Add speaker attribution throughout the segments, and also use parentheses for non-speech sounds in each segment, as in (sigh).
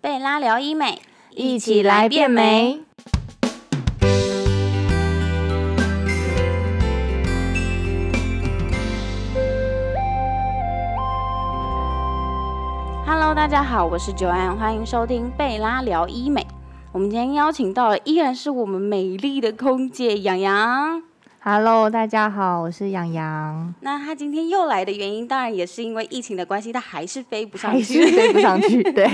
Speaker 1: 贝拉聊医美，
Speaker 2: 一起来变美。
Speaker 1: Hello，大家好，我是九安，欢迎收听贝拉聊医美。我们今天邀请到的依然是我们美丽的空姐洋洋。
Speaker 2: Hello，大家好，我是洋洋，
Speaker 1: 那她今天又来的原因，当然也是因为疫情的关系，她还是飞不上
Speaker 2: 还
Speaker 1: 去 (laughs)
Speaker 2: 是。飞不上去，对，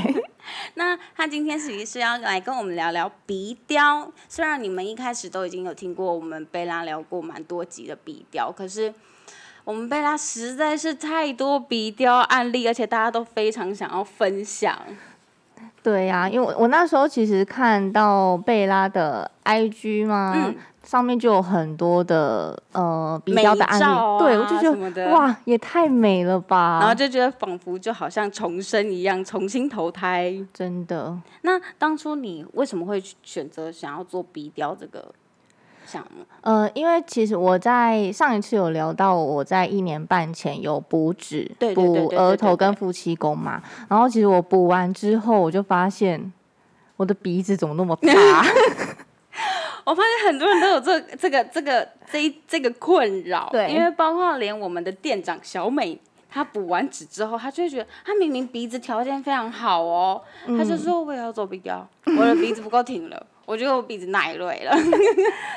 Speaker 1: 那她今天其实是要来跟我们聊聊鼻雕。虽然你们一开始都已经有听过我们贝拉聊过蛮多集的鼻雕，可是我们贝拉实在是太多鼻雕案例，而且大家都非常想要分享。
Speaker 2: 对呀、因为我我那时候其实看到贝拉的 IG 嘛，
Speaker 1: 嗯
Speaker 2: 上面就有很多的呃比
Speaker 1: 美
Speaker 2: 较的案例，
Speaker 1: 照啊
Speaker 2: 对我就觉
Speaker 1: 什么的
Speaker 2: 得哇，也太美了吧，
Speaker 1: 然后就觉得仿佛就好像重生一样，重新投胎。
Speaker 2: 真的，
Speaker 1: 那当初你为什么会去选择想要做鼻雕这个项目？
Speaker 2: 呃，因为其实我在上一次有聊到，我在一年半前有补脂
Speaker 1: 对对、对对
Speaker 2: 补
Speaker 1: 对
Speaker 2: 额
Speaker 1: 对
Speaker 2: 头跟
Speaker 1: 对
Speaker 2: 夫妻宫嘛，然后其实我补完之后，我就发现我的鼻子怎么那么大，
Speaker 1: (laughs)
Speaker 2: (laughs)
Speaker 1: 我发现很多人都有这这个这个这一这个困扰，
Speaker 2: 对
Speaker 1: 因为包括连我们的店长小美，她补完脂之后，她就会觉得她明明鼻子条件非常好哦，
Speaker 2: 嗯
Speaker 1: 她就说我也要做鼻雕，我的鼻子不够挺了，我觉得我鼻子奶累
Speaker 2: (laughs)
Speaker 1: 了，欸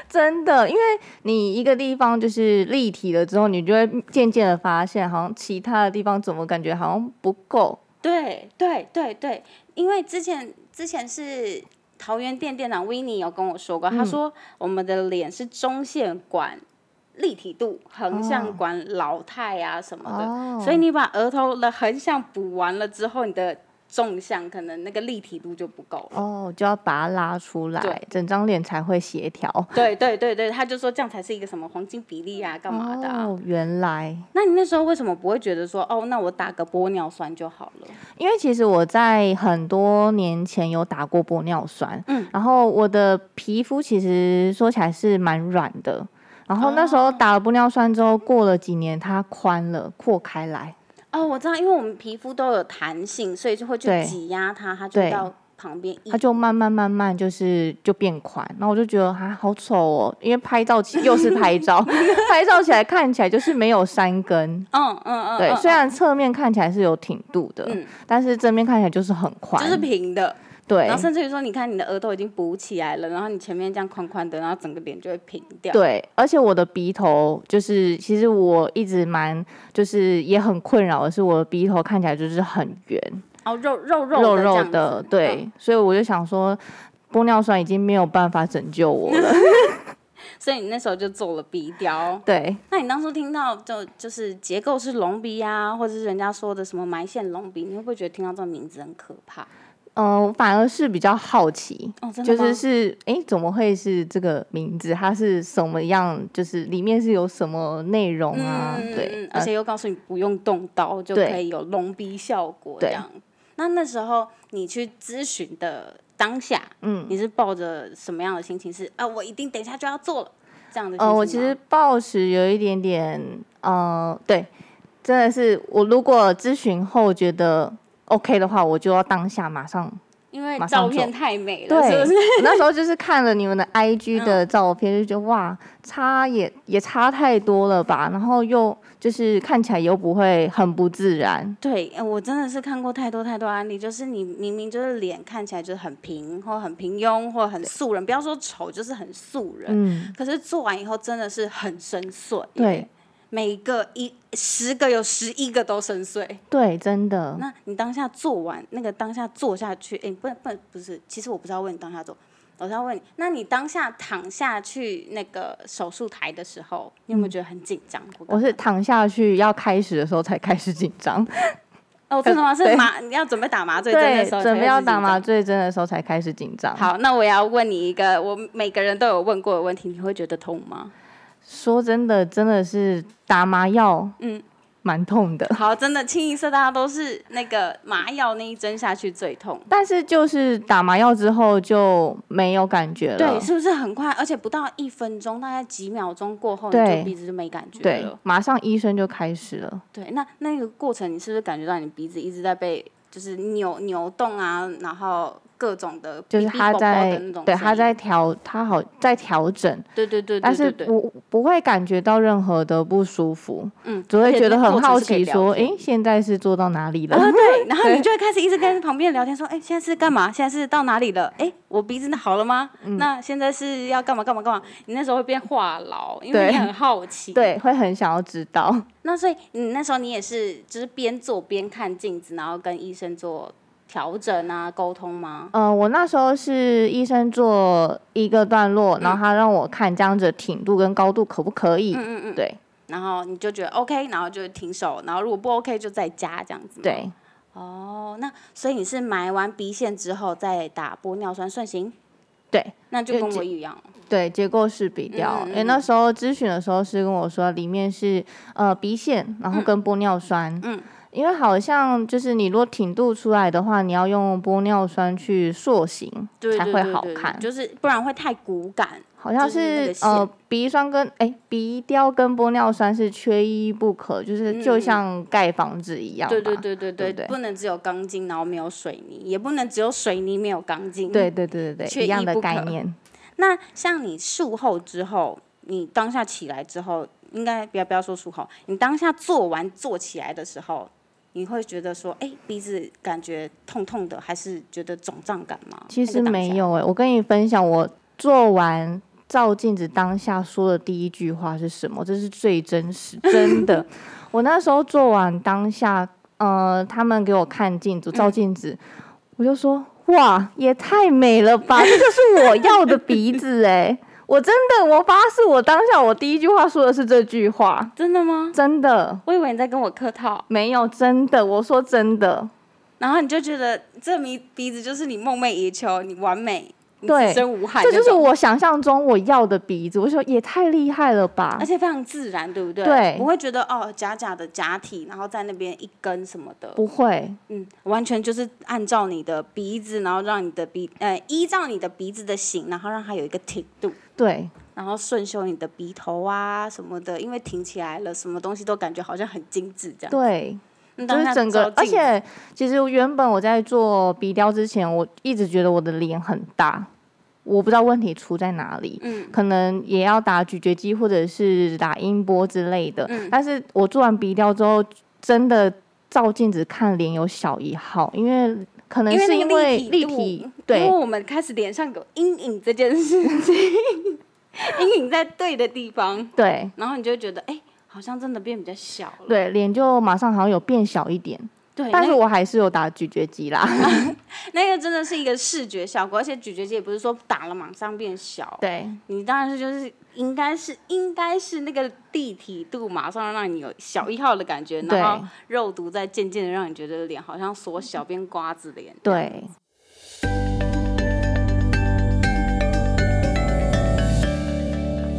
Speaker 2: 真的，因为你一个地方就是立体了之后，你就会渐渐的发现，好像其他的地方怎么感觉好像不够，
Speaker 1: 对对对对，因为之前之前是桃园店店长 w i n n i e 有跟我说
Speaker 2: 嗯
Speaker 1: 过，他说我们的脸是中线管立体度，横
Speaker 2: 哦
Speaker 1: 向管老态啊什么的，
Speaker 2: 哦
Speaker 1: 所以你把额头的横向补完了之后，你的纵向可能那个立体度就不够了。
Speaker 2: 哦，就要把它拉出来
Speaker 1: 对，
Speaker 2: 整张脸才会协调。
Speaker 1: 对对对对，他就说这样才是一个什么黄金比例啊，干嘛的、啊？
Speaker 2: 哦，原来。
Speaker 1: 那你那时候为什么不会觉得说，哦，那我打个玻尿酸就好了？
Speaker 2: 因为其实我在很多年前有打过玻尿酸，
Speaker 1: 嗯
Speaker 2: 然后我的皮肤其实说起来是蛮软的，然后那时
Speaker 1: 哦
Speaker 2: 候打了玻尿酸之后，过了几年它宽了，扩开来，
Speaker 1: 哦，我知道，因为我们皮肤都有弹性，所以就会去
Speaker 2: 对
Speaker 1: 挤压它，它就会
Speaker 2: 对
Speaker 1: 到旁边一
Speaker 2: 它就慢慢慢慢就是就变宽，然后我就觉得啊好丑哦，因为拍照起又是拍照，拍照起来看起来就是没有山根。
Speaker 1: 嗯嗯嗯，
Speaker 2: 对，
Speaker 1: 嗯
Speaker 2: 虽然侧面看起来是有挺度的，
Speaker 1: 嗯
Speaker 2: 但是正面看起来就是很宽，
Speaker 1: 就是平的，
Speaker 2: 对，
Speaker 1: 然后甚至于说，你看你的额头已经补起来了，然后你前面这样宽宽的，然后整个脸就会平掉。，
Speaker 2: 对，而且我的鼻头就是，其实我一直蛮就是也很困扰的是，我的鼻头看起来就是很圆，
Speaker 1: 哦，肉肉肉
Speaker 2: 肉
Speaker 1: 的这
Speaker 2: 肉
Speaker 1: 样
Speaker 2: 的，
Speaker 1: 子
Speaker 2: 对，
Speaker 1: 嗯
Speaker 2: 所以我就想说，玻尿酸已经没有办法拯救我
Speaker 1: (laughs)
Speaker 2: 了，
Speaker 1: 所以你那时候就做了鼻雕。
Speaker 2: 对，
Speaker 1: 那你当初听到就就是结构是隆鼻啊，或者是人家说的什么埋线隆鼻，你会不会觉得听到这个名字很可怕？
Speaker 2: 嗯、反而是比较好奇。
Speaker 1: 哦，真的
Speaker 2: 就是
Speaker 1: 吗
Speaker 2: 是，哎，怎么会是这个名字？它是什么样？就是里面是有什么内容啊？
Speaker 1: 嗯
Speaker 2: 对，
Speaker 1: 嗯嗯
Speaker 2: 呃
Speaker 1: 而且又告诉你不用动刀就
Speaker 2: 对
Speaker 1: 可以有隆鼻效果这
Speaker 2: 对
Speaker 1: 样。那那时候你去咨询的当下，嗯，你是抱着什么样的心情是？啊，我一定等一下就要做了这样的心情吗。
Speaker 2: 呃，我其实暴食有一点点，呃，对，真的是我如果咨询后觉得 OK 的话，我就要当下马上。
Speaker 1: 因为
Speaker 2: 马上
Speaker 1: 照片太美了，
Speaker 2: 对，
Speaker 1: 是不嗯是？
Speaker 2: 我那时候就是看了你们的
Speaker 1: (laughs)
Speaker 2: IG 的照片，就觉得哇，差也也差太多了吧，然后又就是看起来又不会很不自然。
Speaker 1: 对，呃我真的是看过太多太多案例，就是你明明就是脸看起来就是很平，或很平庸，或很素人，不要说丑，就是很素人。
Speaker 2: 嗯，
Speaker 1: 可是做完以后真的是很深邃，
Speaker 2: 对
Speaker 1: 每一个一十个有十一个都深邃。
Speaker 2: 对，真的。
Speaker 1: 那你当下做完那个当下坐下去，哎、不不不是，其实我不是要问你当下做，我是要问你，那你当下躺下去那个手术台的时候，你有没有觉得很紧张？
Speaker 2: 嗯我是躺下去要开始的时候才开始紧张，
Speaker 1: 哦，真的吗？是
Speaker 2: 对
Speaker 1: 麻你要准备打麻醉针的
Speaker 2: 对，
Speaker 1: 时候，
Speaker 2: 准备要打麻
Speaker 1: 醉。
Speaker 2: 醉针的时候才开始紧张。
Speaker 1: 好，那我也要问你一个，我每个人都有问过的问题，你会觉得痛吗？
Speaker 2: 说真的，真的是打麻药，
Speaker 1: 嗯
Speaker 2: 嗯，蛮痛的。
Speaker 1: 好，真的清一色大家都是那个麻药那一针下去最痛。
Speaker 2: 但是就是打麻药之后就没有感觉了，
Speaker 1: 对，是不是很快？而且不到一分钟，大概几秒钟过后，你
Speaker 2: 对
Speaker 1: 就鼻子就没感觉
Speaker 2: 对
Speaker 1: 了。
Speaker 2: 马上医生就开始了。
Speaker 1: 对，那那个过程，你是不是感觉到你鼻子一直在被就是扭扭动啊，然后各种的哔
Speaker 2: 就是
Speaker 1: 哔
Speaker 2: 他
Speaker 1: 啵啵
Speaker 2: 在
Speaker 1: 的那种
Speaker 2: 对
Speaker 1: 声
Speaker 2: 他在
Speaker 1: 音
Speaker 2: 调，他好在调整，
Speaker 1: 对对对对
Speaker 2: 但
Speaker 1: 对
Speaker 2: 是
Speaker 1: 对，
Speaker 2: 我不会感觉到任何的不舒服，
Speaker 1: 嗯，
Speaker 2: 只会
Speaker 1: 而且
Speaker 2: 觉得
Speaker 1: 这
Speaker 2: 很
Speaker 1: 过程
Speaker 2: 好
Speaker 1: 是可以
Speaker 2: 奇，
Speaker 1: 聊
Speaker 2: 说，
Speaker 1: 天
Speaker 2: 诶，现在是做到哪里了？
Speaker 1: 啊，对，然后你就会开始一直跟旁边的聊天，说，哎、现在是干嘛？现在是到哪里了？哎、我鼻子好了吗？
Speaker 2: 嗯
Speaker 1: 那现在是要干嘛干嘛干嘛？你那时候会变话痨，因为
Speaker 2: 对
Speaker 1: 你很好奇。，
Speaker 2: (laughs) 对，会很想要知道。
Speaker 1: 那所以你那时候你也是，就是边做边看镜子，然后跟医生做调整啊、沟通吗？
Speaker 2: 呃，我那时候是医生做一个段落，然后他让我看这样子的挺度跟高度可不可以？
Speaker 1: 嗯嗯嗯嗯。
Speaker 2: 对
Speaker 1: 然后你就觉得 OK，然后就停手，然后如果不 OK 就再加这样子。。
Speaker 2: 对，
Speaker 1: 哦，那所以你是埋完鼻线之后再打玻尿酸算行？
Speaker 2: 对，
Speaker 1: 那就
Speaker 2: 就
Speaker 1: 跟
Speaker 2: 这
Speaker 1: 我一样。
Speaker 2: 对，结构式比较，
Speaker 1: 嗯嗯
Speaker 2: 因为那时候咨询的时候是跟我说里面是呃鼻线，然后跟玻尿酸，
Speaker 1: 嗯
Speaker 2: 因为好像就是你如果挺度出来的话，你要用玻尿酸去塑形
Speaker 1: 对
Speaker 2: 才
Speaker 1: 对
Speaker 2: 会
Speaker 1: 对
Speaker 2: 好
Speaker 1: 对
Speaker 2: 看，
Speaker 1: 就是不然会太骨感。
Speaker 2: 好像
Speaker 1: 就是那
Speaker 2: 是
Speaker 1: 个
Speaker 2: 呃
Speaker 1: 线
Speaker 2: 鼻酸跟哎鼻雕跟玻尿酸是缺一不可，就是
Speaker 1: 嗯
Speaker 2: 就
Speaker 1: 嗯
Speaker 2: 像盖房子一样吧，
Speaker 1: 对对对对
Speaker 2: 对
Speaker 1: 对，
Speaker 2: 不对
Speaker 1: 不能只有钢筋，然后没有水泥，也不能只有水泥没有钢筋。
Speaker 2: 对，对对对对，
Speaker 1: 嗯缺
Speaker 2: 一样
Speaker 1: 一
Speaker 2: 的
Speaker 1: 不
Speaker 2: 概
Speaker 1: 可
Speaker 2: 念。
Speaker 1: 那像你术后之后，你当下起来之后，应该不要不要说术后，你当下做完做起来的时候，你会觉得说，哎，鼻子感觉痛痛的，还是觉得肿胀感吗？
Speaker 2: 其
Speaker 1: 那
Speaker 2: 实
Speaker 1: 个当
Speaker 2: 没
Speaker 1: 下，
Speaker 2: 有哎、我跟你分享，我做完照镜子当下说的第一句话是什么？这是最真实，
Speaker 1: (laughs)
Speaker 2: 真的。我那时候做完当下，呃，他们给我看镜子，
Speaker 1: 嗯
Speaker 2: 照镜子，我就说哇，也太美了吧，这就是我要的鼻子哎、我真的，我发誓，我当下我第一句话说的是这句话，
Speaker 1: 真的吗？
Speaker 2: 真的
Speaker 1: 我以为你在跟我客套，
Speaker 2: 没有，真的，我说真的，
Speaker 1: 然后你就觉得这鼻鼻子就是你梦寐以求，你完美，你
Speaker 2: 对
Speaker 1: 此生无憾
Speaker 2: 这
Speaker 1: 那种，
Speaker 2: 就是我想象中我要的鼻子。我说也太厉害了吧
Speaker 1: 而，且非常自然，对不对？
Speaker 2: 啊对
Speaker 1: 不会觉得哦假假的假体，然后在那边一根什么的，
Speaker 2: 不会，
Speaker 1: 嗯，完全就是按照你的鼻子，然后让你的鼻呃依照你的鼻子的形，然后让它有一个挺度，
Speaker 2: 对
Speaker 1: 然后顺修你的鼻头啊什么的，因为挺起来了，什么东西都感觉好像很精致这样。
Speaker 2: 对，
Speaker 1: 对
Speaker 2: 就是整个，而且其实原本我在做鼻雕之前，我一直觉得我的脸很大，我不知道问题出在哪里。
Speaker 1: 嗯
Speaker 2: 可能也要打咀嚼肌或者是打音波之类的，
Speaker 1: 嗯
Speaker 2: 但是我做完鼻雕之后，真的照镜子看脸有小一号，因为可能
Speaker 1: 因为
Speaker 2: 是
Speaker 1: 那
Speaker 2: 因
Speaker 1: 个
Speaker 2: 为
Speaker 1: 体
Speaker 2: 立
Speaker 1: 度
Speaker 2: 体，
Speaker 1: 因
Speaker 2: 对
Speaker 1: 为我们开始脸上有阴影这件事情， (laughs) 阴影在对的地方，
Speaker 2: 对
Speaker 1: 然后你就会觉得哎、好像真的变比较小了。
Speaker 2: 对，脸就马上好像有变小一点，
Speaker 1: 对，
Speaker 2: 但
Speaker 1: 那嗯
Speaker 2: 是我还是有打咀嚼肌啦。
Speaker 1: (laughs) 那个真的是一个视觉效果，而且咀嚼肌也不是说打了马上变小，
Speaker 2: 对
Speaker 1: 你当然是就是应该是应该是那个立体度马上让你有小一号的感觉，
Speaker 2: 对
Speaker 1: 然后肉毒在渐渐的让你觉得脸好像缩小变瓜子脸。
Speaker 2: 对，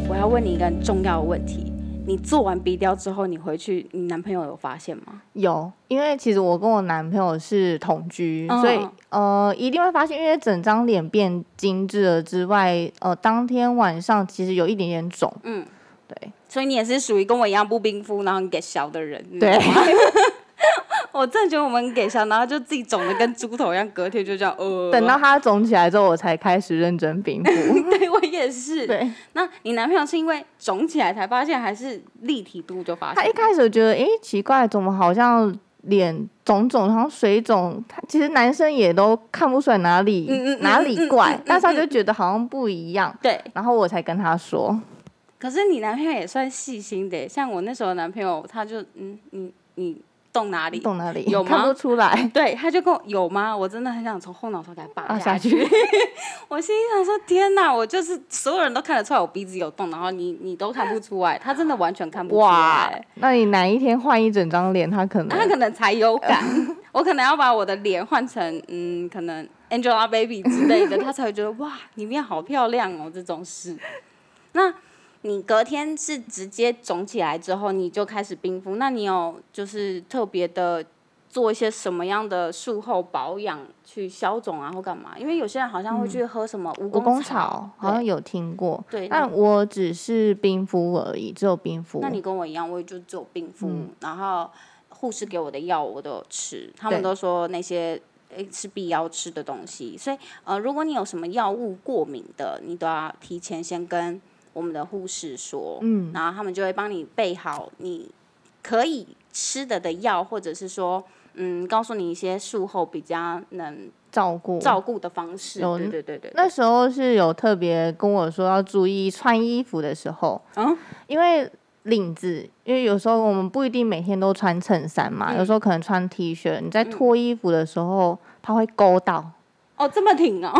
Speaker 1: 我要问你一个很重要的问题。你做完鼻雕之后，你回去，你男朋友有发现吗？
Speaker 2: 有，因为其实我跟我男朋友是同居，
Speaker 1: 嗯
Speaker 2: 所以
Speaker 1: 嗯
Speaker 2: 呃一定会发现，因为整张脸变精致了之外，呃当天晚上其实有一点点肿，
Speaker 1: 嗯，
Speaker 2: 对
Speaker 1: 所以你也是属于跟我一样不冰敷，然后很给小的人。你
Speaker 2: (laughs) 对
Speaker 1: 知道吗，我真的觉得我们很给小，然后就自己肿的跟猪头一样，隔天就这样呃。
Speaker 2: 等到它肿起来之后，我才开始认真冰敷。
Speaker 1: (laughs) 对我也是。
Speaker 2: 对，
Speaker 1: 那你男朋友是因为肿起来才发现，还是立体度就发现？
Speaker 2: (laughs) 他一开始觉得，诶、奇怪，怎么好像脸肿肿，好像水肿？他其实男生也都看不出来哪里、
Speaker 1: 嗯嗯嗯
Speaker 2: 哪
Speaker 1: 嗯
Speaker 2: 里
Speaker 1: 嗯
Speaker 2: 怪，
Speaker 1: 嗯
Speaker 2: 但是他就
Speaker 1: 嗯
Speaker 2: 觉得好像不一样，
Speaker 1: 对，
Speaker 2: 然后我才跟他说。
Speaker 1: 可是你男朋友也算细心的耶，像我那时候的男朋友，他就嗯，你你动哪里？
Speaker 2: 懂哪里？
Speaker 1: 嗯有
Speaker 2: 看
Speaker 1: 吗
Speaker 2: 不出
Speaker 1: (laughs)
Speaker 2: 来。 (laughs)
Speaker 1: 对，他就跟我有吗？我真的很想从后脑勺给他
Speaker 2: 啊，
Speaker 1: 拔
Speaker 2: 下
Speaker 1: 下去。
Speaker 2: 去。
Speaker 1: 我心里想说：天哪，我就是所有人都看得出来我鼻子有动，然后你你都看不出来，他真的完全看不出
Speaker 2: 哇
Speaker 1: 来。，
Speaker 2: 那你哪一天换一整张脸，啊他可能
Speaker 1: 那他可能才有感， (laughs) 我可能要把我的脸换成嗯，可能 Angelababy 之类 (laughs) 的，他才会觉得哇，你面好漂亮哦这种事。那你隔天是直接肿起来之后，你就开始冰敷，那你有就是特别的做一些什么样的术后保养去消肿啊，或干嘛？因为有些人好像会去喝什么嗯蜈
Speaker 2: 蜈蚣
Speaker 1: 草
Speaker 2: 草，好像
Speaker 1: 对
Speaker 2: 有听过，
Speaker 1: 对
Speaker 2: 但我只是冰敷而已，只有冰敷嗯
Speaker 1: 那。你跟我一样，我也就只有冰敷，然后护士给我的药我都有吃，他们
Speaker 2: 对
Speaker 1: 都说那些。诶，是必要吃的东西，所以呃，如果你有什么药物过敏的，你都要提前先跟我们的护士说，
Speaker 2: 嗯，
Speaker 1: 然后他们就会帮你备好你可以吃的的药，或者是说，嗯，告诉你一些术后比较能
Speaker 2: 照顾
Speaker 1: 照顾的方式。
Speaker 2: 有
Speaker 1: 对对对对，
Speaker 2: 那时候是有特别跟我说要注意穿衣服的时候，
Speaker 1: 嗯
Speaker 2: 因为领子，因为有时候我们不一定每天都穿衬衫嘛，
Speaker 1: 嗯
Speaker 2: 有时候可能穿 T 恤，你在脱衣服的时候、它会勾到，
Speaker 1: 哦，这么挺哦，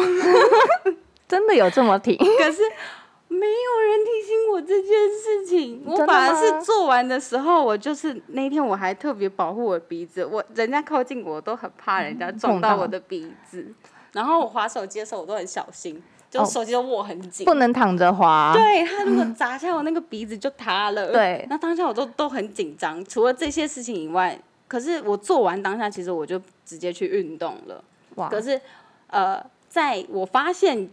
Speaker 2: 真的有这么挺？
Speaker 1: 可是没有人提醒我这件事情，我
Speaker 2: 真的
Speaker 1: 反而
Speaker 2: 吗
Speaker 1: 是做完的时候，我就是那天我还特别保护我的鼻子，我人家靠近我我都很怕人家撞
Speaker 2: 嗯碰到
Speaker 1: 到我的鼻子，然后我滑手机的时候我都很小心，就
Speaker 2: 哦
Speaker 1: 手机都握很紧。
Speaker 2: (laughs) 不能躺着滑。
Speaker 1: 对他如果砸下我那个鼻子就塌了。
Speaker 2: 对
Speaker 1: 那当下我都都很紧张。除了这些事情以外，可是我做完当下，其实我就直接去运动了。
Speaker 2: 哇，
Speaker 1: 可是，呃，在我发现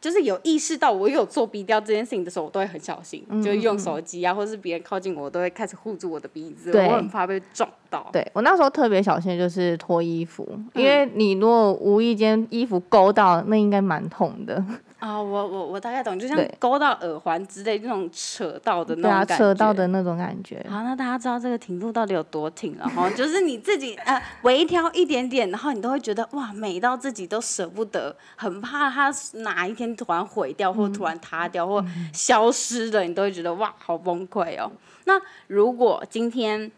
Speaker 1: 就是有意识到我有做鼻雕这件事情的时候，我都会很小心，
Speaker 2: 嗯
Speaker 1: 就是用手机啊，或是别人靠近我，我都会开始护住我的鼻子，
Speaker 2: 对
Speaker 1: 我很怕被撞到。
Speaker 2: 对我那时候特别小心，就是脱衣服，因为
Speaker 1: 嗯
Speaker 2: 你如果无意间衣服勾到，那应该蛮痛的。
Speaker 1: 啊、我我我大概懂，就像
Speaker 2: 对
Speaker 1: 勾到耳环之类那种扯到的那
Speaker 2: 对
Speaker 1: 种
Speaker 2: 啊，
Speaker 1: 感觉。
Speaker 2: 扯到的那种感觉。
Speaker 1: 好，那大家知道这个挺度到底有多挺了哈，就是你自己呃微挑一点点，然后你都会觉得哇美到自己都舍不得，很怕它哪一天突然毁掉，或突然塌掉，或消失了，你都会觉得哇好崩溃哦。那如果今天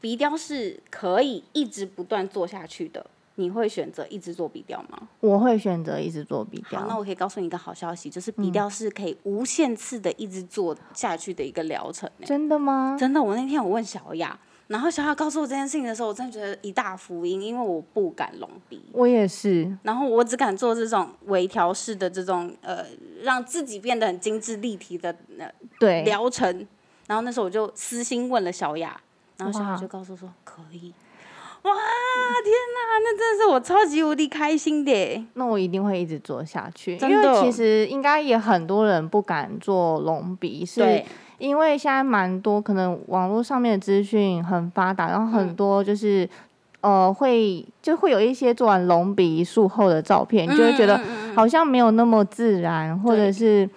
Speaker 1: 鼻雕是可以一直不断做下去的，你会选择一直做鼻雕吗？
Speaker 2: 我会选择一直做鼻
Speaker 1: 好，那
Speaker 2: 雕，
Speaker 1: 我可以告诉你一个好消息，就是鼻雕是可以无限次的一直做下去的一个疗程、欸。
Speaker 2: 真的吗？
Speaker 1: 真的，我那天我问小雅，然后小雅告诉我这件事情的时候，我真的觉得一大福音，因为我不敢隆鼻，
Speaker 2: 我也是，
Speaker 1: 然后我只敢做这种微调式的这种呃，让自己变得很精致立体的呃
Speaker 2: 对，
Speaker 1: 疗程。然后那时候我就私心问了小雅，然后小雅
Speaker 2: 哇
Speaker 1: 就告诉我说可以。哇，天哪，那真的是我超级无敌开心的耶。
Speaker 2: 那我一定会一直做下去，因
Speaker 1: 真的
Speaker 2: 为其实应该也很多人不敢做隆鼻，是
Speaker 1: 对，
Speaker 2: 因为现在蛮多可能网络上面的资讯很发达，然后
Speaker 1: 嗯
Speaker 2: 很多就是。呃，会就会有一些做完隆鼻术后的照片，你就会觉得
Speaker 1: 嗯嗯嗯嗯
Speaker 2: 好像没有那么自然，或者
Speaker 1: 对
Speaker 2: 是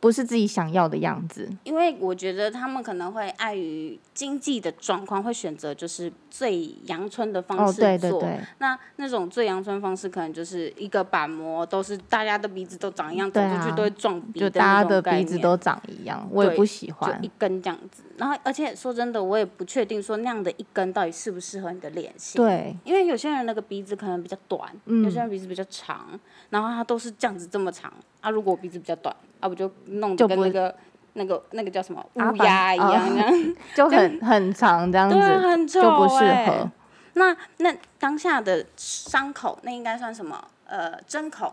Speaker 2: 不是自己想要的样子。
Speaker 1: 因为我觉得他们可能会碍于经济的状况，会选择就是最阳春的方
Speaker 2: 哦，
Speaker 1: 式做。
Speaker 2: 对对对，
Speaker 1: 那那种最阳春方式，可能就是一个板模，都是大家的鼻子都长一样，走
Speaker 2: 对啊
Speaker 1: 出去都会撞鼻
Speaker 2: 就
Speaker 1: 的
Speaker 2: 大
Speaker 1: 那
Speaker 2: 家
Speaker 1: 种
Speaker 2: 的
Speaker 1: 概
Speaker 2: 鼻
Speaker 1: 念
Speaker 2: 子都长一样，我也
Speaker 1: 对
Speaker 2: 不喜
Speaker 1: 就
Speaker 2: 欢
Speaker 1: 一。根这样子。然后，而且说真的，我也不确定说那样的一根到底适不适合你的脸型。，
Speaker 2: 对，
Speaker 1: 因为有些人那个鼻子可能比较短，
Speaker 2: 嗯
Speaker 1: 有些人鼻子比较长，然后他都是这样子这么长。啊，如果我鼻子比较短，啊，不就弄
Speaker 2: 就
Speaker 1: 得跟那
Speaker 2: 不
Speaker 1: 个那个那个叫什么
Speaker 2: 阿
Speaker 1: 乌
Speaker 2: 凡
Speaker 1: 鸦一
Speaker 2: 哦
Speaker 1: 样这样。
Speaker 2: 就很很长这样
Speaker 1: 对啊，
Speaker 2: 子，
Speaker 1: 很丑、
Speaker 2: 就
Speaker 1: 欸、
Speaker 2: 不适合。
Speaker 1: 那那当下的伤口，那应该算什么？呃，针口，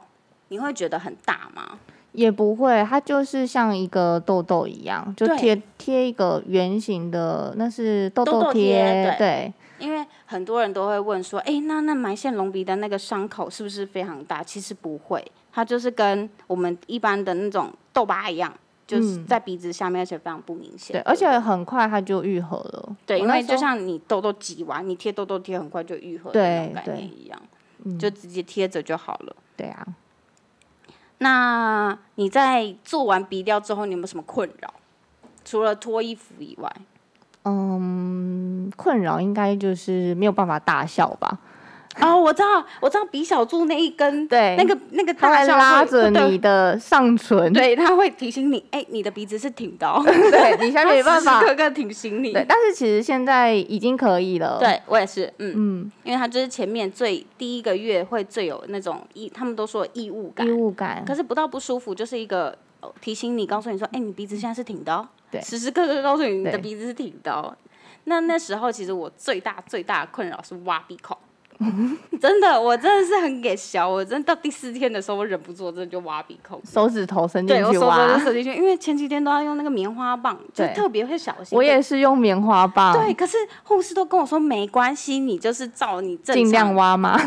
Speaker 1: 你会觉得很大吗？
Speaker 2: 也不会，它就是像一个痘痘一样，就
Speaker 1: 对
Speaker 2: 贴贴一个圆形的，那是痘
Speaker 1: 痘痘贴
Speaker 2: 贴，对，
Speaker 1: 因为很多人都会问说，哎、那那埋线隆鼻的那个伤口是不是非常大？其实不会，它就是跟我们一般的那种痘疤一样，就是
Speaker 2: 嗯
Speaker 1: 在鼻子下面，而且非常不明显。
Speaker 2: 对，而且很快它就愈合了。
Speaker 1: 对，
Speaker 2: 我
Speaker 1: 因
Speaker 2: 那
Speaker 1: 为
Speaker 2: 时
Speaker 1: 就
Speaker 2: 候
Speaker 1: 像你痘痘挤完，你贴痘痘贴很快就愈合的那种
Speaker 2: 对
Speaker 1: 概
Speaker 2: 对嗯
Speaker 1: 念一样，就直接贴着就好了。
Speaker 2: 对啊，
Speaker 1: 那你在做完鼻雕之后，你有没有什么困扰？除了脱衣服以外，
Speaker 2: 嗯，困扰应该就是没有办法大笑吧？
Speaker 1: 哦，我知道，我知道鼻小柱那一根，
Speaker 2: 对
Speaker 1: 那个那个
Speaker 2: 它
Speaker 1: (laughs) 大
Speaker 2: 会
Speaker 1: 笑
Speaker 2: 拉
Speaker 1: 会
Speaker 2: 着
Speaker 1: (laughs)
Speaker 2: 你，的上唇，
Speaker 1: 对对，它会提醒你，哎、你的鼻子是挺
Speaker 2: (laughs)
Speaker 1: 高，
Speaker 2: 对，你现在没办
Speaker 1: 它
Speaker 2: 法
Speaker 1: 时。时刻刻提醒你。
Speaker 2: 对，但是其实现在已经可以了。，
Speaker 1: 对我也是，嗯，
Speaker 2: 嗯，
Speaker 1: 因为它就是前面最第一个月会最有那种异，他们都说异物感
Speaker 2: 异，物感
Speaker 1: 可是不到不舒服，就是一个、哦提醒你，告诉你说，哎、你鼻子现在是挺的、哦，
Speaker 2: 对
Speaker 1: 时时刻刻告诉你你的
Speaker 2: 对
Speaker 1: 鼻子是挺的、哦。那那时候其实我最大最大的困扰是挖鼻孔， (laughs) 真的，我真的是很给小，我真的到第四天的时候，我忍不住我真的就挖鼻孔。
Speaker 2: 手指头伸进
Speaker 1: 对，我
Speaker 2: 去
Speaker 1: 手指就
Speaker 2: 挖，
Speaker 1: 伸进去，因为前几天都要用那个棉花棒，就
Speaker 2: 对
Speaker 1: 特别会小心。
Speaker 2: 我也是用棉花棒，
Speaker 1: 对，可是护士都跟我说没关系，你就是照你正常
Speaker 2: 尽量挖嘛。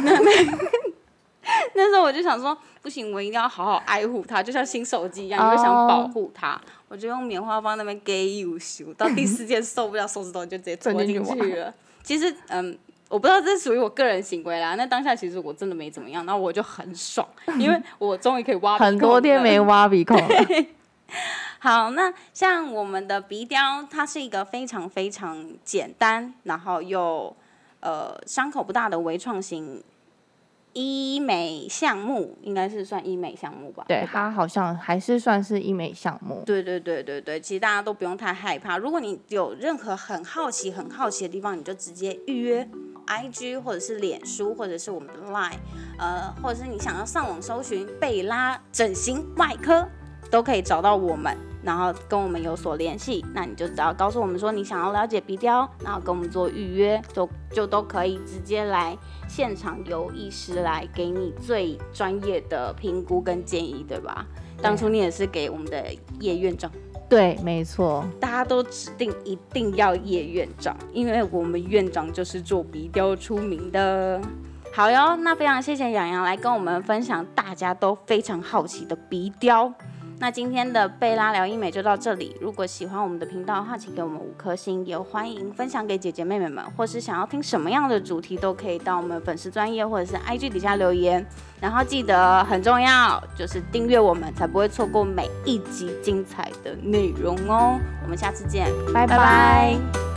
Speaker 1: (laughs) 那时候我就想说，不行，我一定要好好爱护它，就像新手机一样，
Speaker 2: 哦
Speaker 1: 因为想保护它，我就用棉花棒那边给有修，到第四天受不了，手指头就直接戳进
Speaker 2: (laughs) 钻进
Speaker 1: 去了。其实嗯。我不知道这是属于我个人行为啦。那当下其实我真的没怎么样，然后我就很爽，因为我终于可以挖
Speaker 2: 很
Speaker 1: 鼻孔
Speaker 2: 多天
Speaker 1: 了
Speaker 2: 没挖鼻孔
Speaker 1: (laughs)
Speaker 2: 了。
Speaker 1: 好，那像我们的鼻雕，它是一个非常非常简单，然后又呃伤口不大的微创型医美项目，应该是算医美项目吧？
Speaker 2: 对，
Speaker 1: 吧
Speaker 2: 它好像还是算是医美项目。
Speaker 1: 对对对对对，其实大家都不用太害怕。如果你有任何很好奇、很好奇的地方，你就直接预约 IG 或者是脸书或者是我们的 Line，呃，或者是你想要上网搜寻贝拉整形外科，都可以找到我们，然后跟我们有所联系。那你就只要告诉我们说你想要了解鼻雕，然后跟我们做预约，就就都可以直接来现场由医师来给你最专业的评估跟建议，对吧？当初你也是给我们的叶院长，
Speaker 2: 对，没错，
Speaker 1: 大家都指定一定要叶院长，因为我们院长就是做鼻雕出名的。好哟，那非常谢谢洋洋来跟我们分享大家都非常好奇的鼻雕。那今天的贝拉聊医美就到这里。如果喜欢我们的频道的话，请给我们五颗星，也欢迎分享给姐姐妹妹们，或是想要听什么样的主题，都可以到我们粉丝专业或者是 IG 底下留言。然后记得很重要，就是订阅我们，才不会错过每一集精彩的内容哦。我们下次见，
Speaker 2: 拜
Speaker 1: 拜拜